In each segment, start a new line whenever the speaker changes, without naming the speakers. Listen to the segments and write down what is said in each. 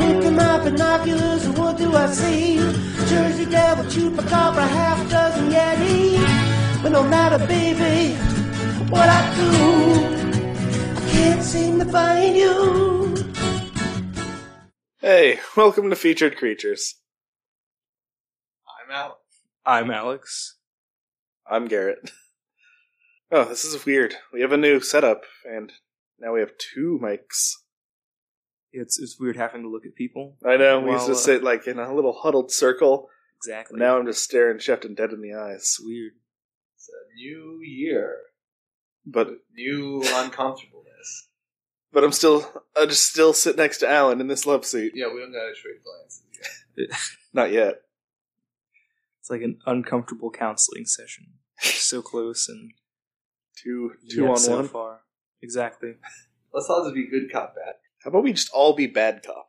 got binoculars, and what do I see? Jersey Devil, Chupacabra, half dozen Yeti. But no matter, baby, what I do, I can't seem to find you.
Hey, welcome to Featured Creatures.
I'm out.
I'm Alex.
I'm Garrett. Oh, this is weird. We have a new setup, and now we have two mics.
It's it's weird having to look at people.
I know, we used to
Well, uh,
sit like in a little huddled circle.
Exactly.
Now I'm just staring Shefton dead in the eyes.
it's weird.
It's a new year.
But
New uncomfortableness.
but I'm still I just still sit next to Alan in this love seat.
Yeah, we don't gotta trade glances yet.
Not yet.
It's like an uncomfortable counseling session. so close and
Two two
yet
on
so
one.
far. Exactly.
Let's all just be good cop bad.
How about we just all be bad cop?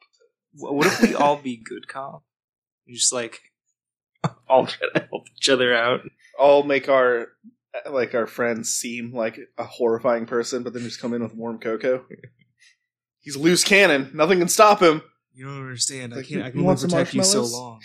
Wh- What if we all be good cop? We just like all try to help each other out.
All make our like our friends seem like a horrifying person, but then just come in with warm cocoa. He's loose cannon. Nothing can stop him.
You don't understand.
Like,
I can't. I
you
can only
want some
protect you so
marshmallows?
long.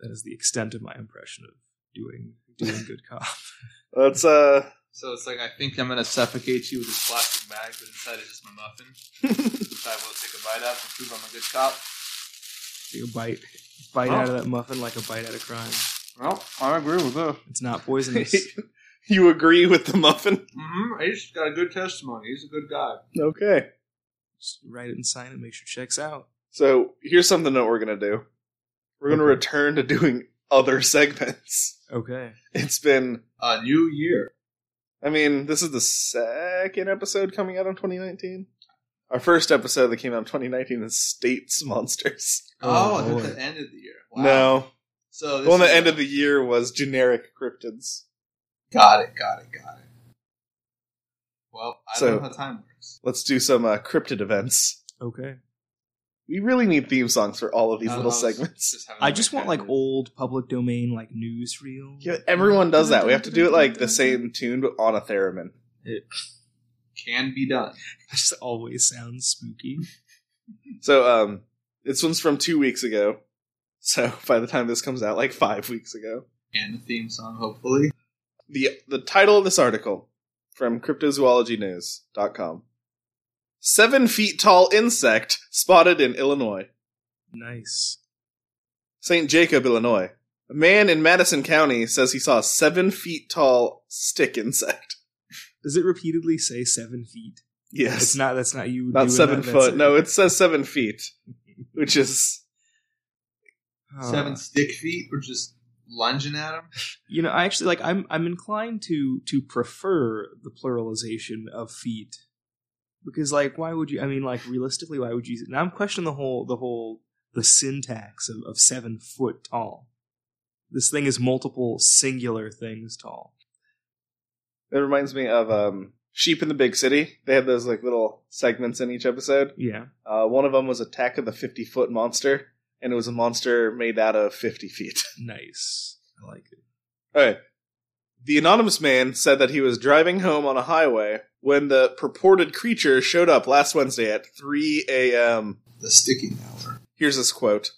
That is the extent of my impression of doing doing good cop.
Let's uh
So it's like I think I'm gonna suffocate you with this plastic bag, but inside is just my muffin. If I will take a bite out and prove I'm a good cop.
Take a bite, bite out
Oh.
of that muffin like a bite out of crime.
Well, I agree with that.
It's not poisonous.
you agree with the muffin?
Mm-hmm. He's got a good testimony. He's a good guy.
Okay.
Just write it and sign it. Make sure checks out.
So here's something that we're gonna do. We're gonna
Okay.
return to doing other segments.
Okay.
It's been
A Uh, new year.
I mean, this is the second episode coming out in 2019. Our first episode that came out in 2019 is States Monsters.
Oh,
Oh,
that's
boy.
the end of the year.
No.
So this
The one that
is- uh,
ended the year was generic cryptids.
Got it. Got it. Got it. Well, I
So-
don't know how time works.
Let's do some uh, cryptid events.
Okay.
We really need theme songs for all of these
Uh,
little
I was
segments.
having
I
a
just
great
want like
time.
old public domain like newsreel.
Yeah, everyone does that. We have to do it like the same tune but on a theremin.
It
can be done.
just always sounds spooky.
So um this one's from 2 weeks ago. So by the time this comes out like 5 weeks ago.
and the theme song, hopefully.
the the title of this article from cryptozoologynews.com seven feet tall insect spotted in illinois
Nice.
st jacob illinois a man in madison county says he saw a seven feet tall stick insect
Does it repeatedly say seven feet?
yes
It's not. That's not you.
not
doing
seven
that, that's
foot no it says seven feet which is
Huh.
Seven stick feet were just lunging at him.
You know, I actually like. I'm. I'm inclined to to prefer the pluralization of feet because, like, why would you? I mean, like, realistically, why would you? Now I'm questioning the whole the whole the syntax of, of seven foot tall. This thing is multiple singular things tall.
it reminds me of um sheep in the big city they have those like little segments in each episode
Yeah.
uh, one of them was attack of the 50 foot monster and it was a monster made out of 50 feet
Nice. I like it.
Alright. The anonymous man said that he was driving home on a highway when the purported creature showed up last Wednesday at 3 a.m.
The sticking hour.
Here's this quote.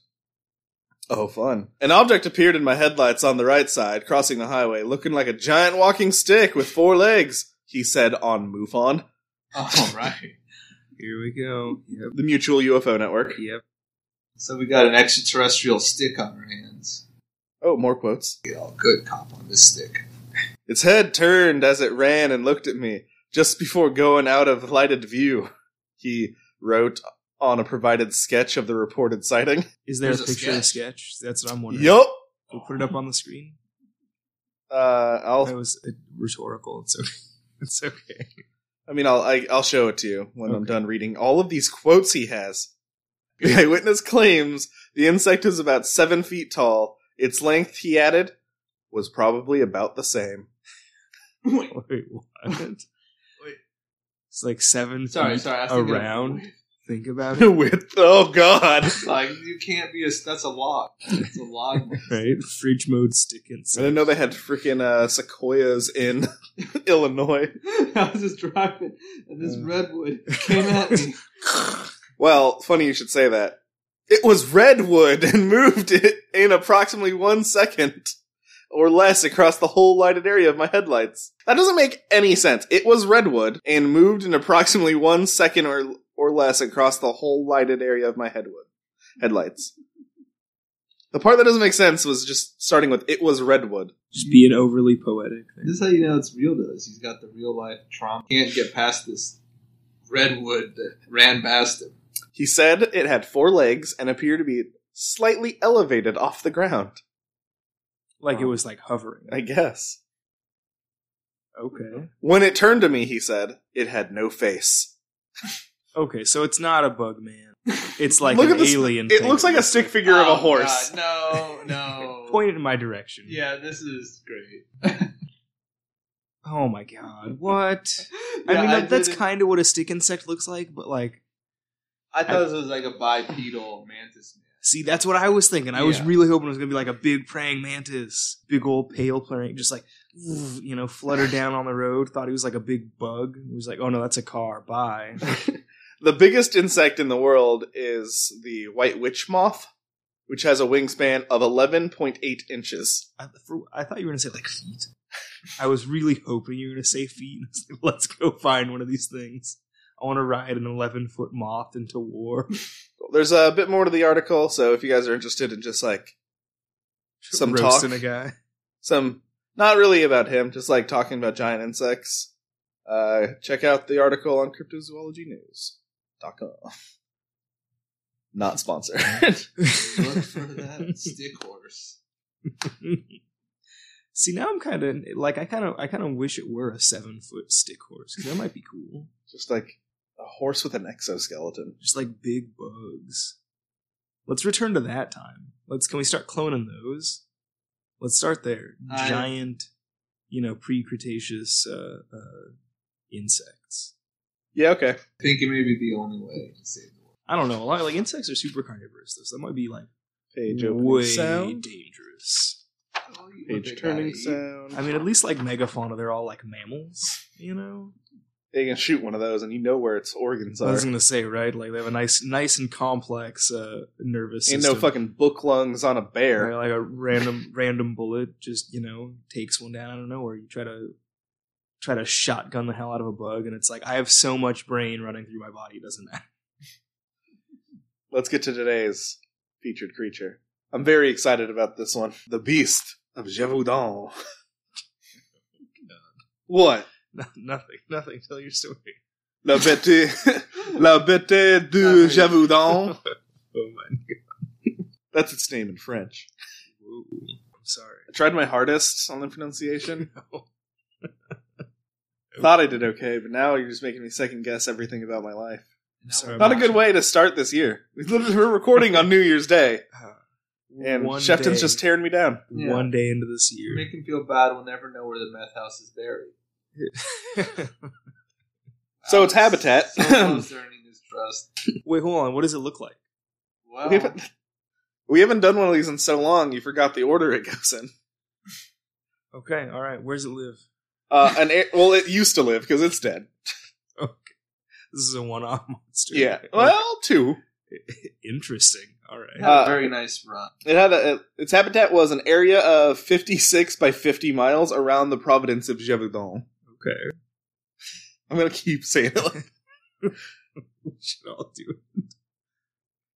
Oh, fun. An object appeared in my headlights on the right side, crossing the highway, looking like a giant walking stick with four legs, he said on MUFON,
All right.
Here we go. Yep.
the mutual UFO network.
Yep.
So we got an extraterrestrial stick on our hands.
Oh, more quotes.
Get all good cop on this stick.
Its head turned as it ran and looked at me just before going out of lighted view, he wrote on a provided sketch of the reported sighting.
Is there
There's
a
a
picture of the sketch? That's what I'm wondering.
Yup.
We'll put it up on the screen.
Uh,
That
I'll.
was uh, rhetorical. It's okay. It's okay.
I mean, I'll. I, I'll show it to you when I'm
Okay.
done reading all of these quotes he has. The eyewitness claims the insect is about seven feet tall. Its length, he added, was probably about the same.
Wait,
Wait, what?
wait.
It's like seven
Sorry,
feet
sorry. I was thinking of-
around. Think about it,
With oh god,
Like you can't be a. That's a log. It's a log.
right? Fridge mode stick
I didn't
inside.
know they had freaking uh, sequoias in Illinois.
I was just driving, and this
Uh.
redwood came at me.
Well, funny you should say that. It was redwood and moved it in approximately one second or less across the whole lighted area of my headlights. That doesn't make any sense. It was redwood and moved in approximately one second or or less across the whole lighted area of my headwood headlights. The part that doesn't make sense was just starting with it was redwood.
Just being overly poetic.
This is how you know it's real, though. Is he's got the real life trauma. Can't get past this redwood that ran past him.
He said it had four legs and appeared to be slightly elevated off the ground.
Like it was like hovering.
I guess.
Okay.
When it turned to me, he said, it had no face.
Okay, so it's not a bug man. It's like
Look
an
at this-
alien
It
thing.
looks like a stick figure of
Oh,
a horse.
God, no, no.
pointed in my direction.
Yeah, this is great.
Oh my god. What? I
Yeah,
mean that- that's
didn't-
kind of what a stick insect looks like, but like
I thought this was like a bipedal mantis.
See, that's what I was thinking. I was
Yeah.
really hoping it was going to be like a big praying mantis, big old pale praying, just like oof, you know, flutter down on the road. Thought he was like a big bug. He was like, oh no, that's a car. Bye.
The biggest insect in the world is the white witch moth, which has a wingspan of 11.8 inches.
I, for, I thought you were going to say like feet. I was really hoping you were going to say feet. I was like, Let's go find one of these things. I want to ride an eleven foot moth into war.
There's a bit more to the article, so if you guys are interested in just like Some
roasting
talk.
a guy.
some, not really about him, just like talking about giant insects, uh, check out the article on cryptozoologynews.com. Not sponsored.
Look for that stick horse.
See, now I'm kind of like I kind of I kind of wish it were a seven foot stick horse 'cause that might be cool.
just like a horse with an exoskeleton.
just like big bugs. Let's return to that time. Let's can we start cloning those? Let's start there.
I-
Giant, you know, pre-Cretaceous uh, uh, insects.
Yeah, okay.
I think it may be the only way to save the world.
I don't know. A lot like insects are super carnivorous. Though, so that might be like
Page opening
way
sound.
dangerous.
Oh, you- what
Page
they
turning
gotta eat.
sound.
I mean, at least like megafauna, they're all like mammals. You know,
they can shoot one of those, and you know where its organs
I
are.
was gonna say right. Like they have a nice, nice and complex uh, nervous
Ain't no
system.
fucking book lungs on a bear.
Right, like a random random bullet just you know takes one down out of nowhere. You try to try to shotgun the hell out of a bug, and it's like I have so much brain running through my body. It doesn't matter.
Let's get to today's featured creature. I'm very excited about this one. The beast of Gévaudan. what?
No- nothing, nothing. Tell your story.
La bête, la bête de Gévaudan.
Oh my.
That's its name in French.
Whoa. I'm sorry.
I tried my hardest on the pronunciation.
No.
Thought I did okay, but now you're just making me second guess everything about my life.
Now
Sorry
we're
Not a
about
good way to start this year. We literally we're recording on New Year's Day, and Shefton's
day-
just tearing me down.
Yeah.
one day into this
You
year.
make him feel bad. We'll never know where the meth house is buried.
So it's habitat.
So close to earning his trust.
Wait, hold on. What does it look like?
Well,
We haven't, we haven't done one of these in so long. You forgot the order it goes in.
Okay, all right. Where does it live?
Uh, an air, well, it used to live because it's dead.
This is a one-off monster.
Yeah.
Okay.
Well, two.
interesting. All right.
had
uh,
a very nice run.
It had a, its habitat was an area of 56 by 50 miles around the province of Gévaudan.
Okay.
I'm gonna keep saying it like
We should all do it.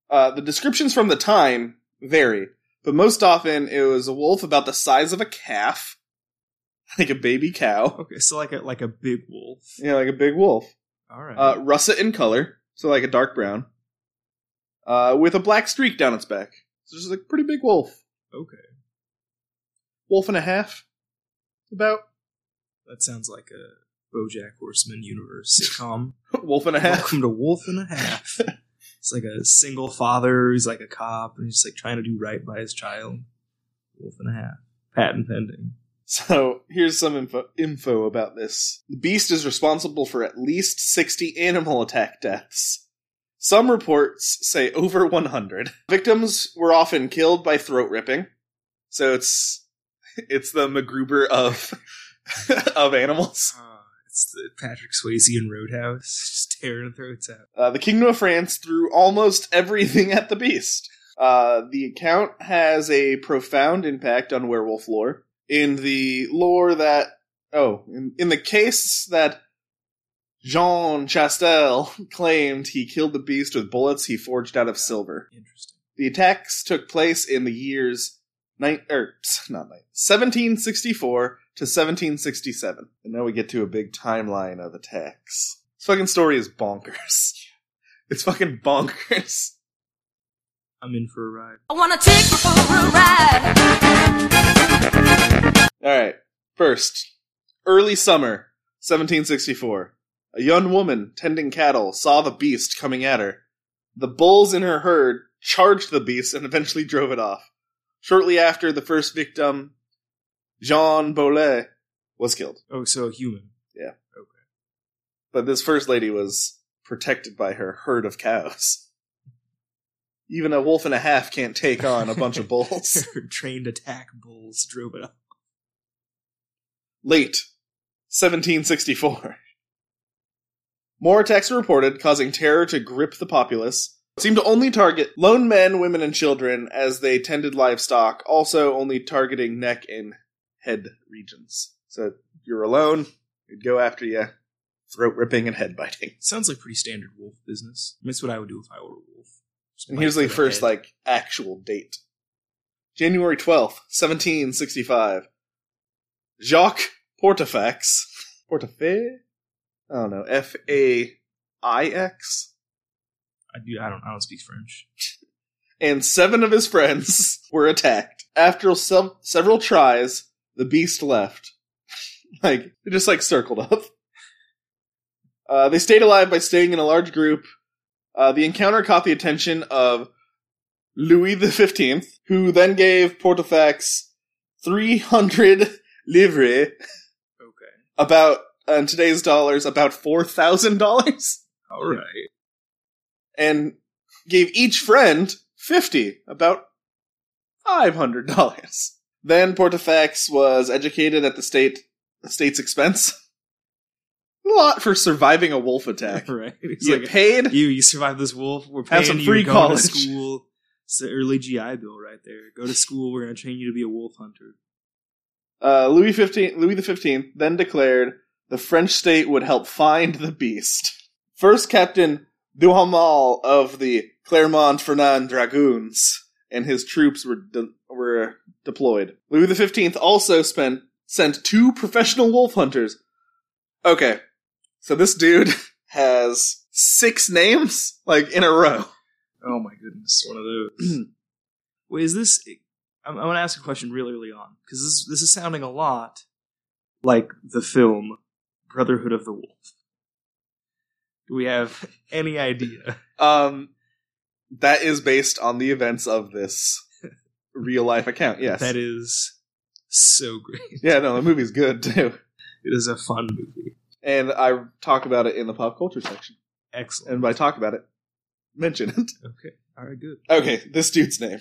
Uh, the descriptions from the time vary, but most often it was a wolf about the size of a calf, like a baby cow.
Okay, so like a like a big wolf.
Yeah, like a big wolf.
All right.
Uh, russet in color, so like a dark brown, uh, with a black streak down its back. So just a pretty big wolf.
Okay.
Wolf and a half, about
that sounds like a BoJack Horseman universe sitcom.
wolf and a half.
Welcome to Wolf and a Half. It's like a single father who's like a cop and he's like trying to do right by his child. Wolf and a Half, patent pending.
So here's some info, info about this. The beast is responsible for at least 60 animal attack deaths. Some reports say over 100. Victims were often killed by throat ripping. So it's it's the MacGruber of of animals.
Ah, it It's the Patrick Swayze and Roadhouse just tearing throats out.
Uh, the Kingdom of France threw almost everything at the beast. Uh, the account has a profound impact on werewolf lore. In the lore that, oh, in, in the case that Jean Chastel claimed he killed the beast with bullets he forged out of silver.
Interesting.
The attacks took place in the years nine, er, not nine, 1764 to 1767. And now we get to a big timeline of attacks. This fucking story is bonkers. It's fucking bonkers.
I'm in for a ride.
I wanna take you for a ride.
All right. First, early summer, 1764. A young woman tending cattle saw the beast coming at her. The bulls in her herd charged the beast and eventually drove it off. Shortly after, the first victim, Jean Bolet, was killed.
Oh, so a human.
But this first lady was protected by her herd of cows. Even a wolf and a half can't take on a bunch of bulls.
Trained attack bulls drove it up.
Late 1764. More attacks were reported, causing terror to grip the populace. It seemed to only target lone men, women, and children as they tended livestock, also only targeting neck and head regions. So you're alone, it'd go after you, throat ripping and head biting.
Sounds like pretty standard wolf business. That's what I would do if I were a wolf. Just
And
bite
here's the
for
first,
head.
like, actual date January 12th, 1765. Jacques Portefax. Portefaix? I don't know. F A I X?
I do. I don't. I don't speak French.
And seven of his friends were attacked. After se- several tries, the beast left. like, they just, like, circled up. Uh, they stayed alive by staying in a large group. Uh, the encounter caught the attention of Louis the Fifteenth, who then gave Portefax three hundred livres,
Okay.
about uh, in today's dollars, about four thousand dollars,
All right.
and gave each friend fifty, about five hundred dollars. Then Portefax was educated at the state the state's expense. A lot for surviving a wolf attack.
All right. It's
You
like,
get paid.
you. You survived this wolf. We're paying
Have some
you.
free
Go
college.
to school. It's the early GI Bill right there. Go to school. We're gonna train you to be a wolf hunter.
Uh, Louis fifteen, Louis the Fifteenth, then declared the French state would help find the beast. First Captain Duhamel of the Clermont Fernand Dragoons and his troops were de- were deployed. Louis the Fifteenth also spent sent two professional wolf hunters. Okay, so this dude has six names like in a row.
Oh my goodness, one of those. Wait, is this? I'm, I'm going to ask a question really early on because this this is sounding a lot like the film Brotherhood of the Wolf. Do we have any idea?
Um, that is based on the events of this real life account. Yes,
That is so great.
Yeah, no, the movie's good too.
It is a fun movie.
And I talk about it in the pop culture section.
Excellent.
And by talk about it, mention it.
Okay. All right. Good.
Okay, this dude's name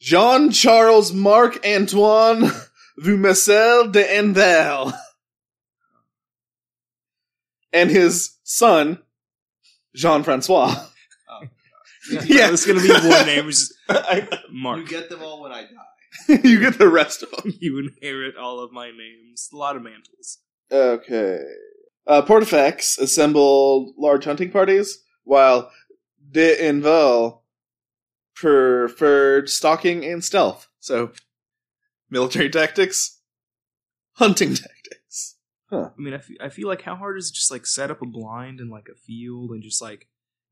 Jean Charles Marc Antoine Vumessel de Endel. And his son, Jean Francois. Yeah.
It's going to be one name, which is
You
Mark.
get them all when I die.
you get the rest of them.
You inherit all of my names. A lot of mantles.
Okay. Uh, Portifex assembled large hunting parties, while De Invel preferred stalking and stealth. So, military tactics, hunting tactics.
I mean, I fe- I feel like how hard is it just like set up a blind in like a field and just like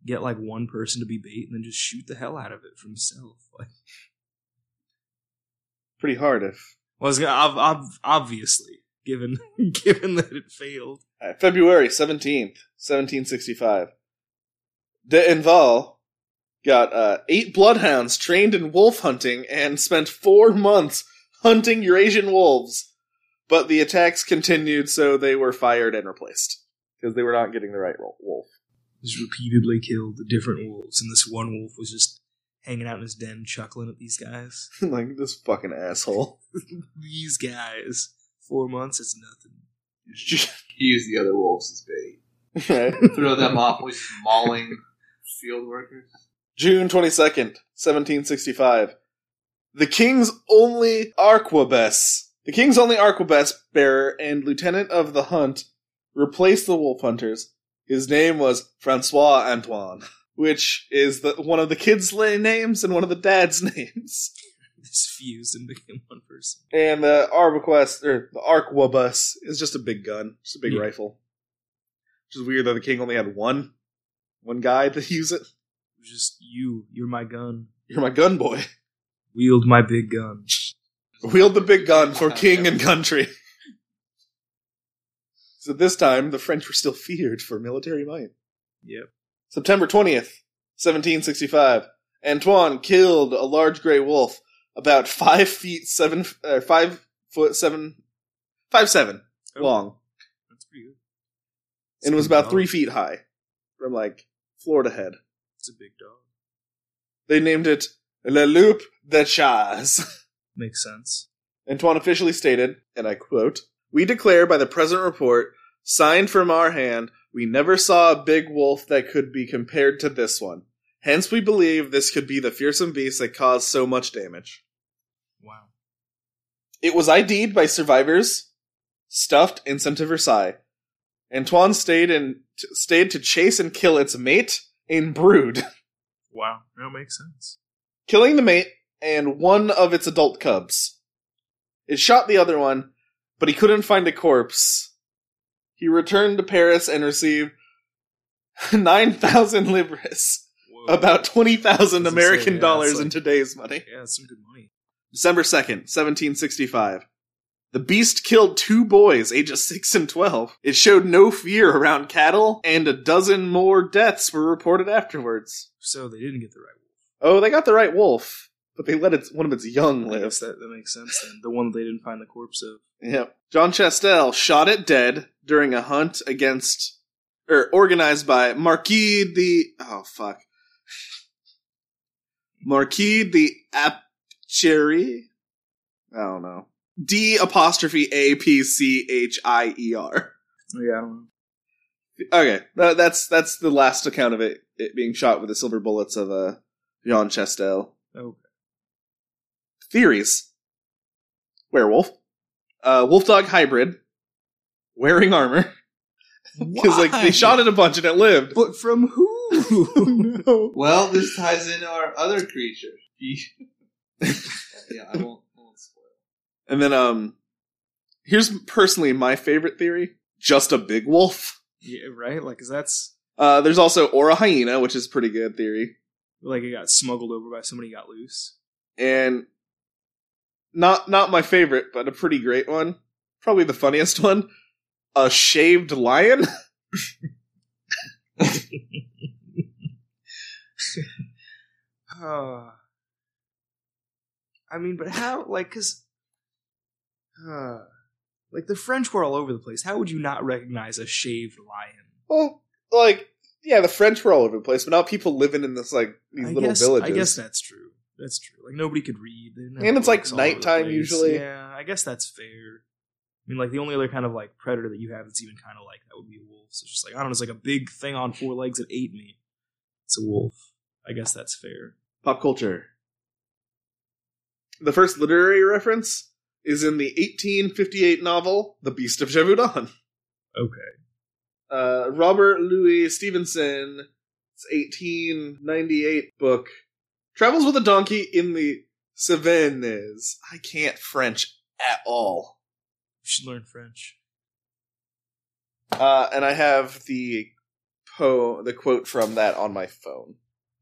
get like one person to be bait and then just shoot the hell out of it from self. Like,
Pretty hard if.
well, it's gonna, ob- ob- obviously given given that it failed.
Alright, February 17th, 1765. De Inval got uh, eight bloodhounds trained in wolf hunting and spent four months hunting Eurasian wolves. But the attacks continued, so they were fired and replaced because they were not getting the right ro- wolf.
Just repeatedly killed the different wolves, and this one wolf was just hanging out in his den, chuckling at these guys.
like this fucking asshole.
These guys, four months is nothing.
Use the other wolves as bait.
Right.
Throw them off with mauling field workers.
June 22nd, 1765. The king's only arquebus, the king's only arquebus bearer and lieutenant of the hunt replaced the wolf hunters. His name was Francois Antoine, which is the, one of the kids' la- names and one of the dad's names.
This fused and became one person.
And the arquebus, or the arquebus, is just a big gun, just a big
Yeah.
rifle. Which is weird that the king only had one, one guy to use it.
It was just you. You're my gun.
You're my gun boy.
Wield my big gun.
Wield the big gun for king and country. So this time, the French were still feared for military might.
Yep.
September 20th, 1765. Antoine killed a large gray wolf about five feet seven, uh, five foot seven, five seven
Oh.
long,
That's pretty good.
and it was
It's a big
about three
dog.
feet high from like floor to head.
It's a big dog.
They named it Le Loup de Chasse.
Makes sense.
Antoine officially stated, and I quote, We declare by the present report, signed from our hand, we never saw a big wolf that could be compared to this one. Hence we believe this could be the fearsome beast that caused so much damage.
Wow.
It was ID'd by survivors, stuffed and sent to Versailles. Antoine stayed and t- stayed to chase and kill its mate and brood,
Wow. That makes sense.
killing the mate and one of its adult cubs. It shot the other one, but he couldn't find a corpse. He returned to Paris and received 9,000 livres,
Whoa.
about 20,000
That's
American
insane, yeah,
dollars
that's
in
like-
today's money.
Yeah, that's some good money.
December 2nd, 1765. The beast killed two boys, ages 6 and 12. It showed no fear around cattle, and a dozen more deaths were reported afterwards.
So they didn't get the right wolf.
Oh, they got the right wolf, but they let its, one of its young
I guess
live.
that, that makes sense then. The one that they didn't find the corpse of.
Yep. John Chastel shot it dead during a hunt against, or organized by Marquis the, oh fuck. Marquis the Apchery? I don't know. D apostrophe A P C H I E R.
Yeah, I don't know.
Okay, tha- that's that's the last account of it, it being shot with the silver bullets of uh, John Chastel.
Okay.
Theories: werewolf, uh, wolf dog hybrid, wearing armor because like they shot it a bunch and it lived.
But from who? no.
Well, this ties into our other creature. yeah, I won't, I won't spoil.
And then um, here's personally my favorite theory: just a big wolf.
Yeah, right? Like, 'cause that's
Uh, there's also or a hyena, which is a pretty good theory,
like it got smuggled over by somebody, got loose.
and not not my favorite, but a pretty great one. Probably the funniest one: a shaved lion.
Uh, I mean, but how? Like, because. Uh, like, the French were all over the place. How would you not recognize a shaved lion?
Well, like yeah, the French were all over the place, but now people living in this like these
I
little
guess,
villages.
I guess that's true. That's true. Like nobody could read. They didn't have
And it's, like,
books all over the
nighttime
place.
usually.
Yeah, I guess that's fair. I mean, like the only other kind of like predator that you have that's even kind of like that would be a wolf. So it's just like I don't know, it's like a big thing on four legs that ate me. It's a wolf. I guess that's fair.
Pop culture. The first literary reference is in the 1858 novel The Beast of Javudon.
Okay.
Uh, Robert Louis Stevenson's 1898 book travels with a donkey in the Cevennes. I can't French at all.
You should learn French.
Uh, and I have the po the quote from that on my phone.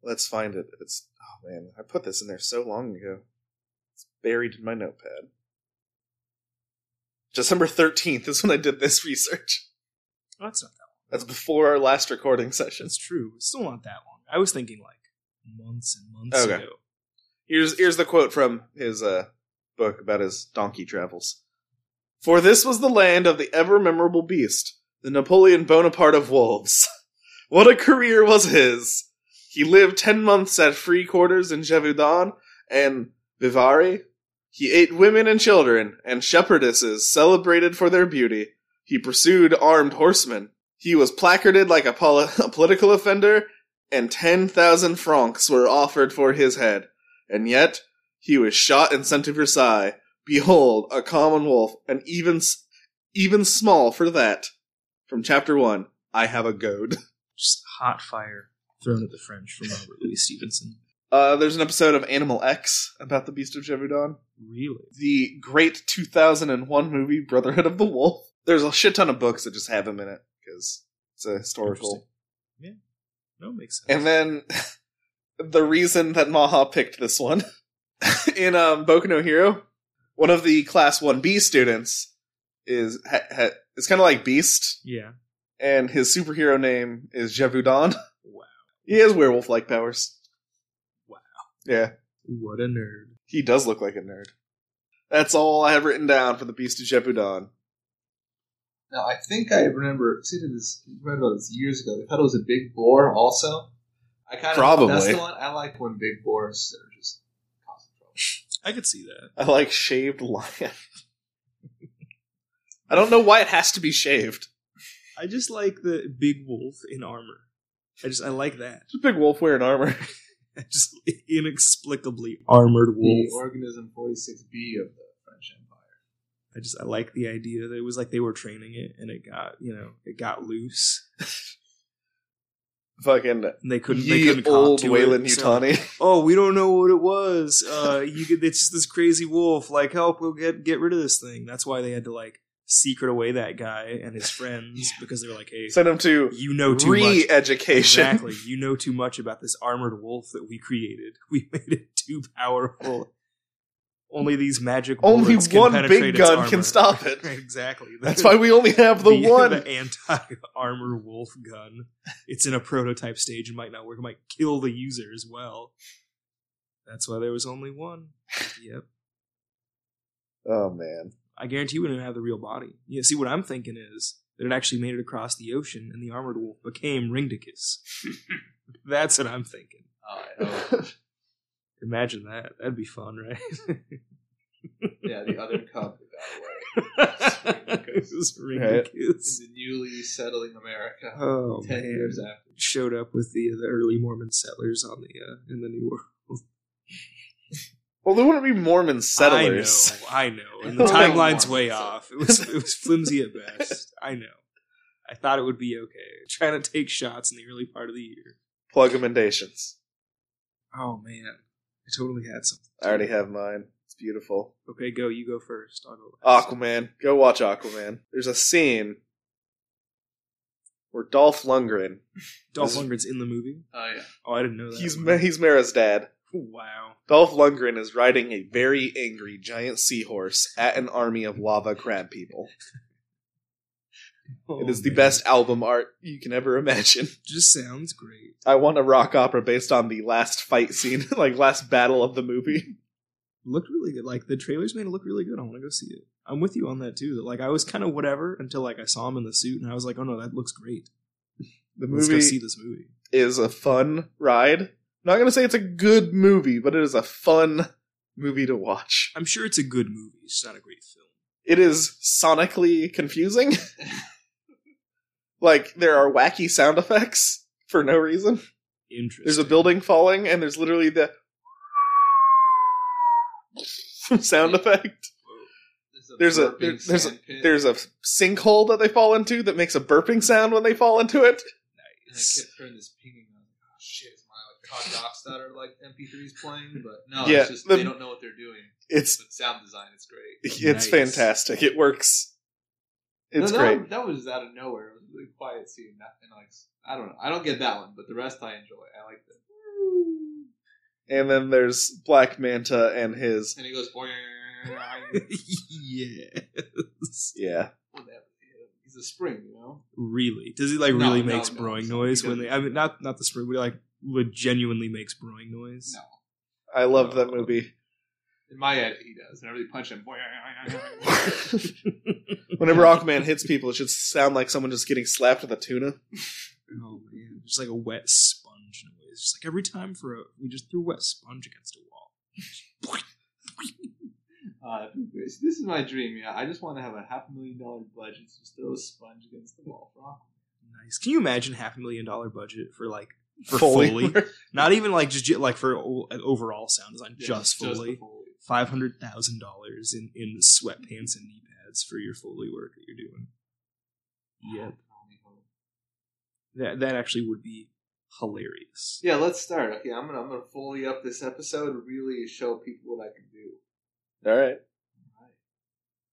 Let's find it. It's oh man, I put this in there so long ago. It's buried in my notepad. December thirteenth is when I did this research.
Well, that's not that.
That's before our last recording session.
That's true. It's still not that long. I was thinking like months and months
Okay.
ago.
Here's here's the quote from his uh, book about his donkey travels. For this was the land of the ever memorable beast, the Napoleon Bonaparte of wolves. what a career was his! He lived ten months at free quarters in Gévaudan and Vivari. He ate women and children and shepherdesses celebrated for their beauty, He pursued armed horsemen. He was placarded like a, poli- a political offender, and 10,000 francs were offered for his head. And yet, he was shot and sent to Versailles. Behold, a common wolf, and even, s- even small for that. From chapter 1, I have a goad.
Just hot fire thrown at the French from Robert Louis Stevenson.
Uh, there's an episode of Animal X about the Beast of Jevoudon.
Really?
the great 2001 movie Brotherhood of the Wolf. There's a shit ton of books that just have him in it because it's a historical.
Interesting. Yeah. No, makes sense.
And then the reason that Maha picked this one in um, Boku no Hero, one of the Class 1B students is ha- ha- it's kind of like Beast,
yeah.
and his superhero name is Jevudan.
Wow.
He has werewolf like powers.
Wow.
Yeah.
What a nerd.
He does look like a nerd. That's all I have written down for the Beast of Jeopardan.
Now I think I remember. See, this read about this years ago. They thought it was a big boar. Also, I kind of
Probably.
that's the one I like when big boars are just causing trouble.
I could see that.
I like shaved lion. I don't know why it has to be shaved.
I just like the big wolf in armor. I just I like that.
It's a big wolf wearing armor.
Just inexplicably armored
The
wolf.
organism forty six B of the French Empire.
I just I like the idea that it was like they were training it and it got you know it got loose
Fucking
and they couldn't they
ye
couldn't cop
old
to
Wayland
it, so-
Utani.
oh, we don't know what it was. Uh, you get it's just this crazy wolf. Like, help! We'll get get rid of this thing. That's why they had to like secret away that guy and his friends because they were like, hey,
Send him to
you know too much.
re-education.
Exactly, you know too much about this armored wolf that we created. We made it too powerful. Only these magic
Only
bullets can
one
penetrate
big
its
gun can
armor.
stop it.
exactly.
That's why we only have the, one.
the anti armor wolf gun. It's in a prototype stage and might not work. It might kill the user as well. That's why there was only one. Yep.
oh man.
I guarantee we didn't have the real body. Yeah, see what I'm thinking is that it actually made it across the ocean and the armored wolf became Ringdicus. That's what I'm thinking.
Oh, I know.
Imagine that. That'd be fun, right?
yeah, the other cub that got away
it was Ringdicus.
in the newly settling America ten
Oh man.
years after.
showed up with the the early Mormon settlers on the uh, in the New World.
Well, there wouldn't be Mormon settlers.
I know, I know, and the
Oh,
timeline's way
Mormon settlers.
off. It was it was flimsy at best. I know. I thought it would be okay. Trying to take shots in the early part of the year.
Plug emendations.
Oh man, I totally had something.
I already have mine. It's beautiful.
Okay, go. You go first. I'll go last.
Aquaman. Go watch Aquaman. There's a scene where Dolph Lundgren,
Dolph Lundgren's in the movie.
Oh yeah,
Oh, I didn't know that.
he's Ma- he's Mara's dad.
wow.
Dolph Lundgren is riding a very angry giant seahorse at an army of lava crab people.
Oh,
it is the
man.
best album art you can ever imagine.
Just sounds great.
I want a rock opera based on the last fight scene, like last battle of the movie.
Looked really good. Like the trailers made it look really good. I want to go see it. I'm with you on that too. That like I was kind of whatever until like I saw him in the suit and I was like, oh no, that looks great.
The
Let's go
movie
see this movie.
is a fun ride. I'm not gonna say it's a good movie, but it is a fun movie to watch.
I'm sure it's a good movie. It's just not a great film.
it is sonically confusing. like there are wacky sound effects for no reason.
Interesting.
There's a building falling, and there's literally the sound effect. There's a-
burping
there- there's a-
sand pit,
There's a sinkhole that they fall into that makes a burping sound when they fall into it.
and I kept hearing this pinging. I'm like, oh shit, is my like hot docs that are like MP3s playing? But no,
Yeah,
it's just
the-
they don't know what they're doing.
It's
But sound design is great.
it's
Nice.
fantastic. It works. It's
No, that,
great.
That was out of nowhere. It was a really quiet scene. Nothing like I don't know. I don't get that one, but the rest I enjoy. I like it.
And then there's Black Manta and his
And he goes. "Boing."
yes.
yeah.
Whatever. He's a spring, you know.
Really? Does he like
No,
really
no,
makes
no,
broing
no,
noise
he
when they?
doesn't.
I mean, not not the spring, but he, like would genuinely makes broing noise.
No.
I love that movie.
In my head, he does. Whenever they punch him,
Whenever Aquaman hits people, it should sound like someone just getting slapped with a tuna.
Oh man, just like a wet sponge noise. Just like every time for a, we just threw wet sponge against a wall.
oh, Uh, this this is my dream. Yeah, I just want to have a half million dollar budget. So just throw a sponge against the wall for Aquaman.
Nice. Can you imagine half a million dollar budget for like for
Foley.
Foley? Not even like just like for o- overall sound design,
Yeah,
just
the
Foley.
Foley.
Five hundred thousand dollars in in sweatpants and knee pads for your Foley work that you're doing. Yep. That that actually would be hilarious.
Yeah, let's start. Okay, I'm gonna I'm gonna Foley up this episode. Really show people what I can do.
All right.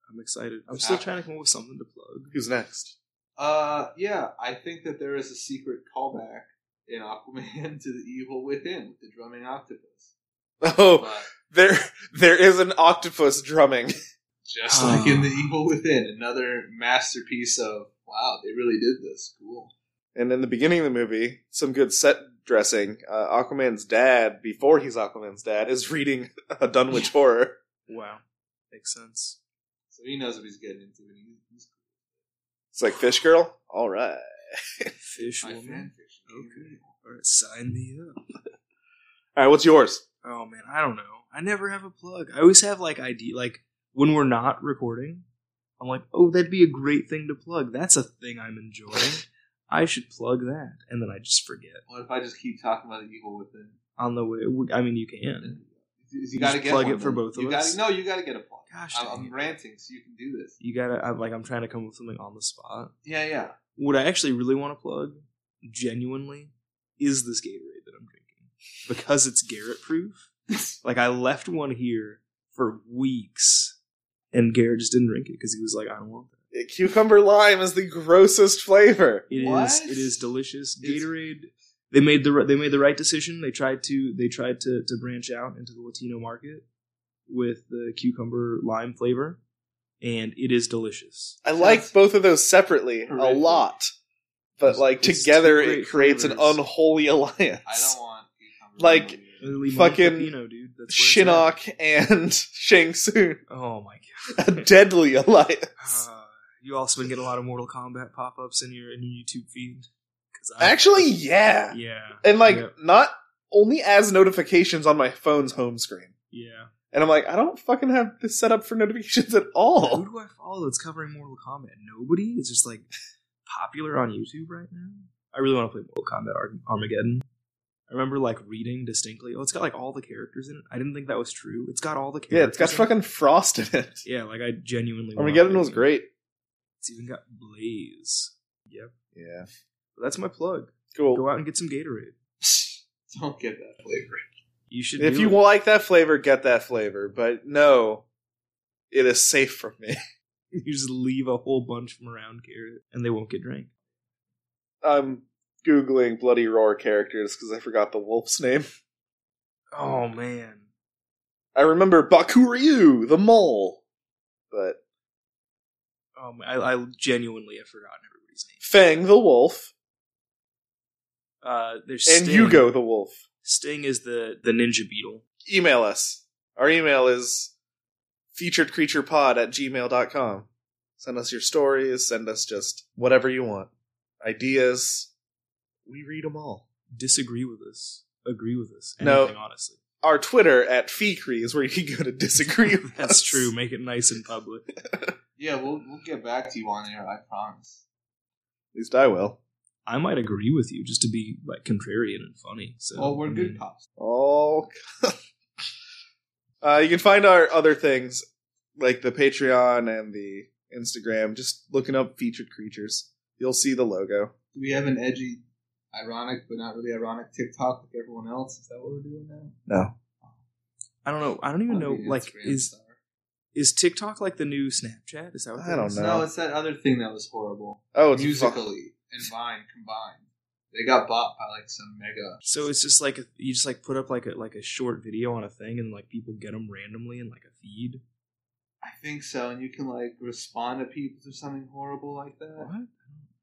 I'm excited. I'm still
Ah.
trying to come up with something to plug.
Who's next?
Uh, yeah, I think that there is a secret callback in Aquaman to the evil within with the drumming octopus.
Oh,
But
there there is an octopus drumming.
just like in
Ah.
the evil within, another masterpiece of wow, they really did this. Cool.
And in the beginning of the movie, some good set dressing. Uh, Aquaman's dad, before he's Aquaman's dad, is reading a Dunwich horror.
Wow, makes sense.
So he knows what he's getting into, and he- he's
It's like Fish Girl. All right.
Fish
my
woman.
fanfiction.
Okay. All right, sign me up.
All right. What's yours?
Oh man, I don't know. I never have a plug. I always have like ID like when we're not recording, I'm like, "Oh, that'd be a great thing to plug. That's a thing I'm enjoying. I should plug that." And then I just forget.
What if I just keep talking about the evil within?
On the way I mean, you can.
You,
You
gotta
just
get
plug
one,
it for
man.
both of
you
us?
Gotta, no, you gotta get a plug.
Gosh,
I'm,
dang
I'm
it.
ranting, so you can do this.
You got to I'm like I'm trying to come up with something on the spot.
Yeah, yeah.
What I actually really want to plug genuinely is this Gatorade that I'm drinking because it's Garrett proof. like I left one here for weeks and Garrett just didn't drink it cuz he was like, "I don't want that."
Cucumber lime is the grossest flavor.
It is.
What?
It is delicious.
It's-
Gatorade. They made the ri- they made the right decision. They tried to they tried to to branch out into the Latino market with the cucumber lime flavor, and it is delicious.
I like
Sounds
both of those separately a
horrific.
lot, but
It's-
like
it's
together
two
it
great
creates
flavors.
an unholy alliance.
I don't want cucumber.
Like-
lime.
Literally,
Fucking
Filipino, dude. That's where it's at.
Shinnok and Shang Tsung,
Oh my
a deadly alliance.
god. Uh, you also been getting a lot of Mortal Kombat pop ups in your in your YouTube feed. 'Cause I-
Actually, yeah,
yeah,
and like
Yep.
not only as notifications on my phone's home screen,
yeah.
and I'm like, I don't fucking have this set up for notifications at all.
Who do I follow that's covering Mortal Kombat? Nobody. It's just like popular on YouTube right now. I really want to play Mortal Kombat Ar- Armageddon. I remember like reading distinctly. Oh, it's got like all the characters in it. I didn't think that was true. It's got all the characters.
Yeah, it's got
in it.
fucking frost in it.
Yeah, like I genuinely. wanna
Armageddon
play
was
it.
great.
It's even got Blaze.
Yeah,
But that's my plug.
cool.
Go out and get some Gatorade.
Don't get that flavor.
You should.
If
do
you
it.
like that flavor, get that flavor. But no, it is safe from me.
you just leave a whole bunch from around Garrett, and they won't get drank.
I'm googling bloody roar characters because I forgot the wolf's name.
Oh man,
I remember Bakuryu, the mole, but
oh, man. I, I genuinely have forgotten everybody's name.
Fang the wolf
Uh, there's
and
Sting.
Yugo the wolf.
Sting is the the ninja beetle.
Email us. Our email is featuredcreaturepod at gmail.com. Send us your stories. Send us just whatever you want. Ideas. We read them all.
Disagree with us. Agree with us.
No.
Anything, honestly.
Our Twitter at feecree is where you can go to disagree with
That's
us.
true. Make it nice and public.
Yeah, we'll we'll get back to you on air. I promise.
At least I will.
I might agree with you just to be like contrarian and funny. So
Well, we're
I
good
mean,
cops.
All. Oh, uh, you can find our other things like the Patreon and the Instagram. Just looking up featured creatures, you'll see the logo.
Do we have an edgy, ironic but not really ironic TikTok like everyone else? Is that what we're doing now?
No,
I don't know. I don't even know.
Wanna be an
Like,
Instagram
is
star?
is TikTok like the new Snapchat? Is that what
I
that
don't
is?
know.
no, it's that other thing that was horrible.
oh, it's
Musically and Vine combined, they got bought by like some mega.
So it's just like you just like put up like a like a short video on a thing, and like people get them randomly in like a feed.
I think so, and you can like respond to people or something horrible like that.
What? I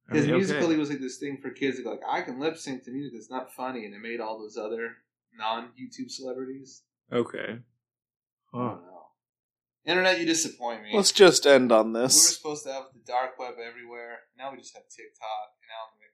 Because
mean, okay.
musically was like this thing for kids. Like I can lip sync to music that's not funny, and it made all those other non YouTube celebrities.
Okay.
I
Huh.
don't know. Internet, you disappoint me.
Let's just end on
we were
this.
supposed to have the dark web everywhere. Now we just have TikTok, and now I'm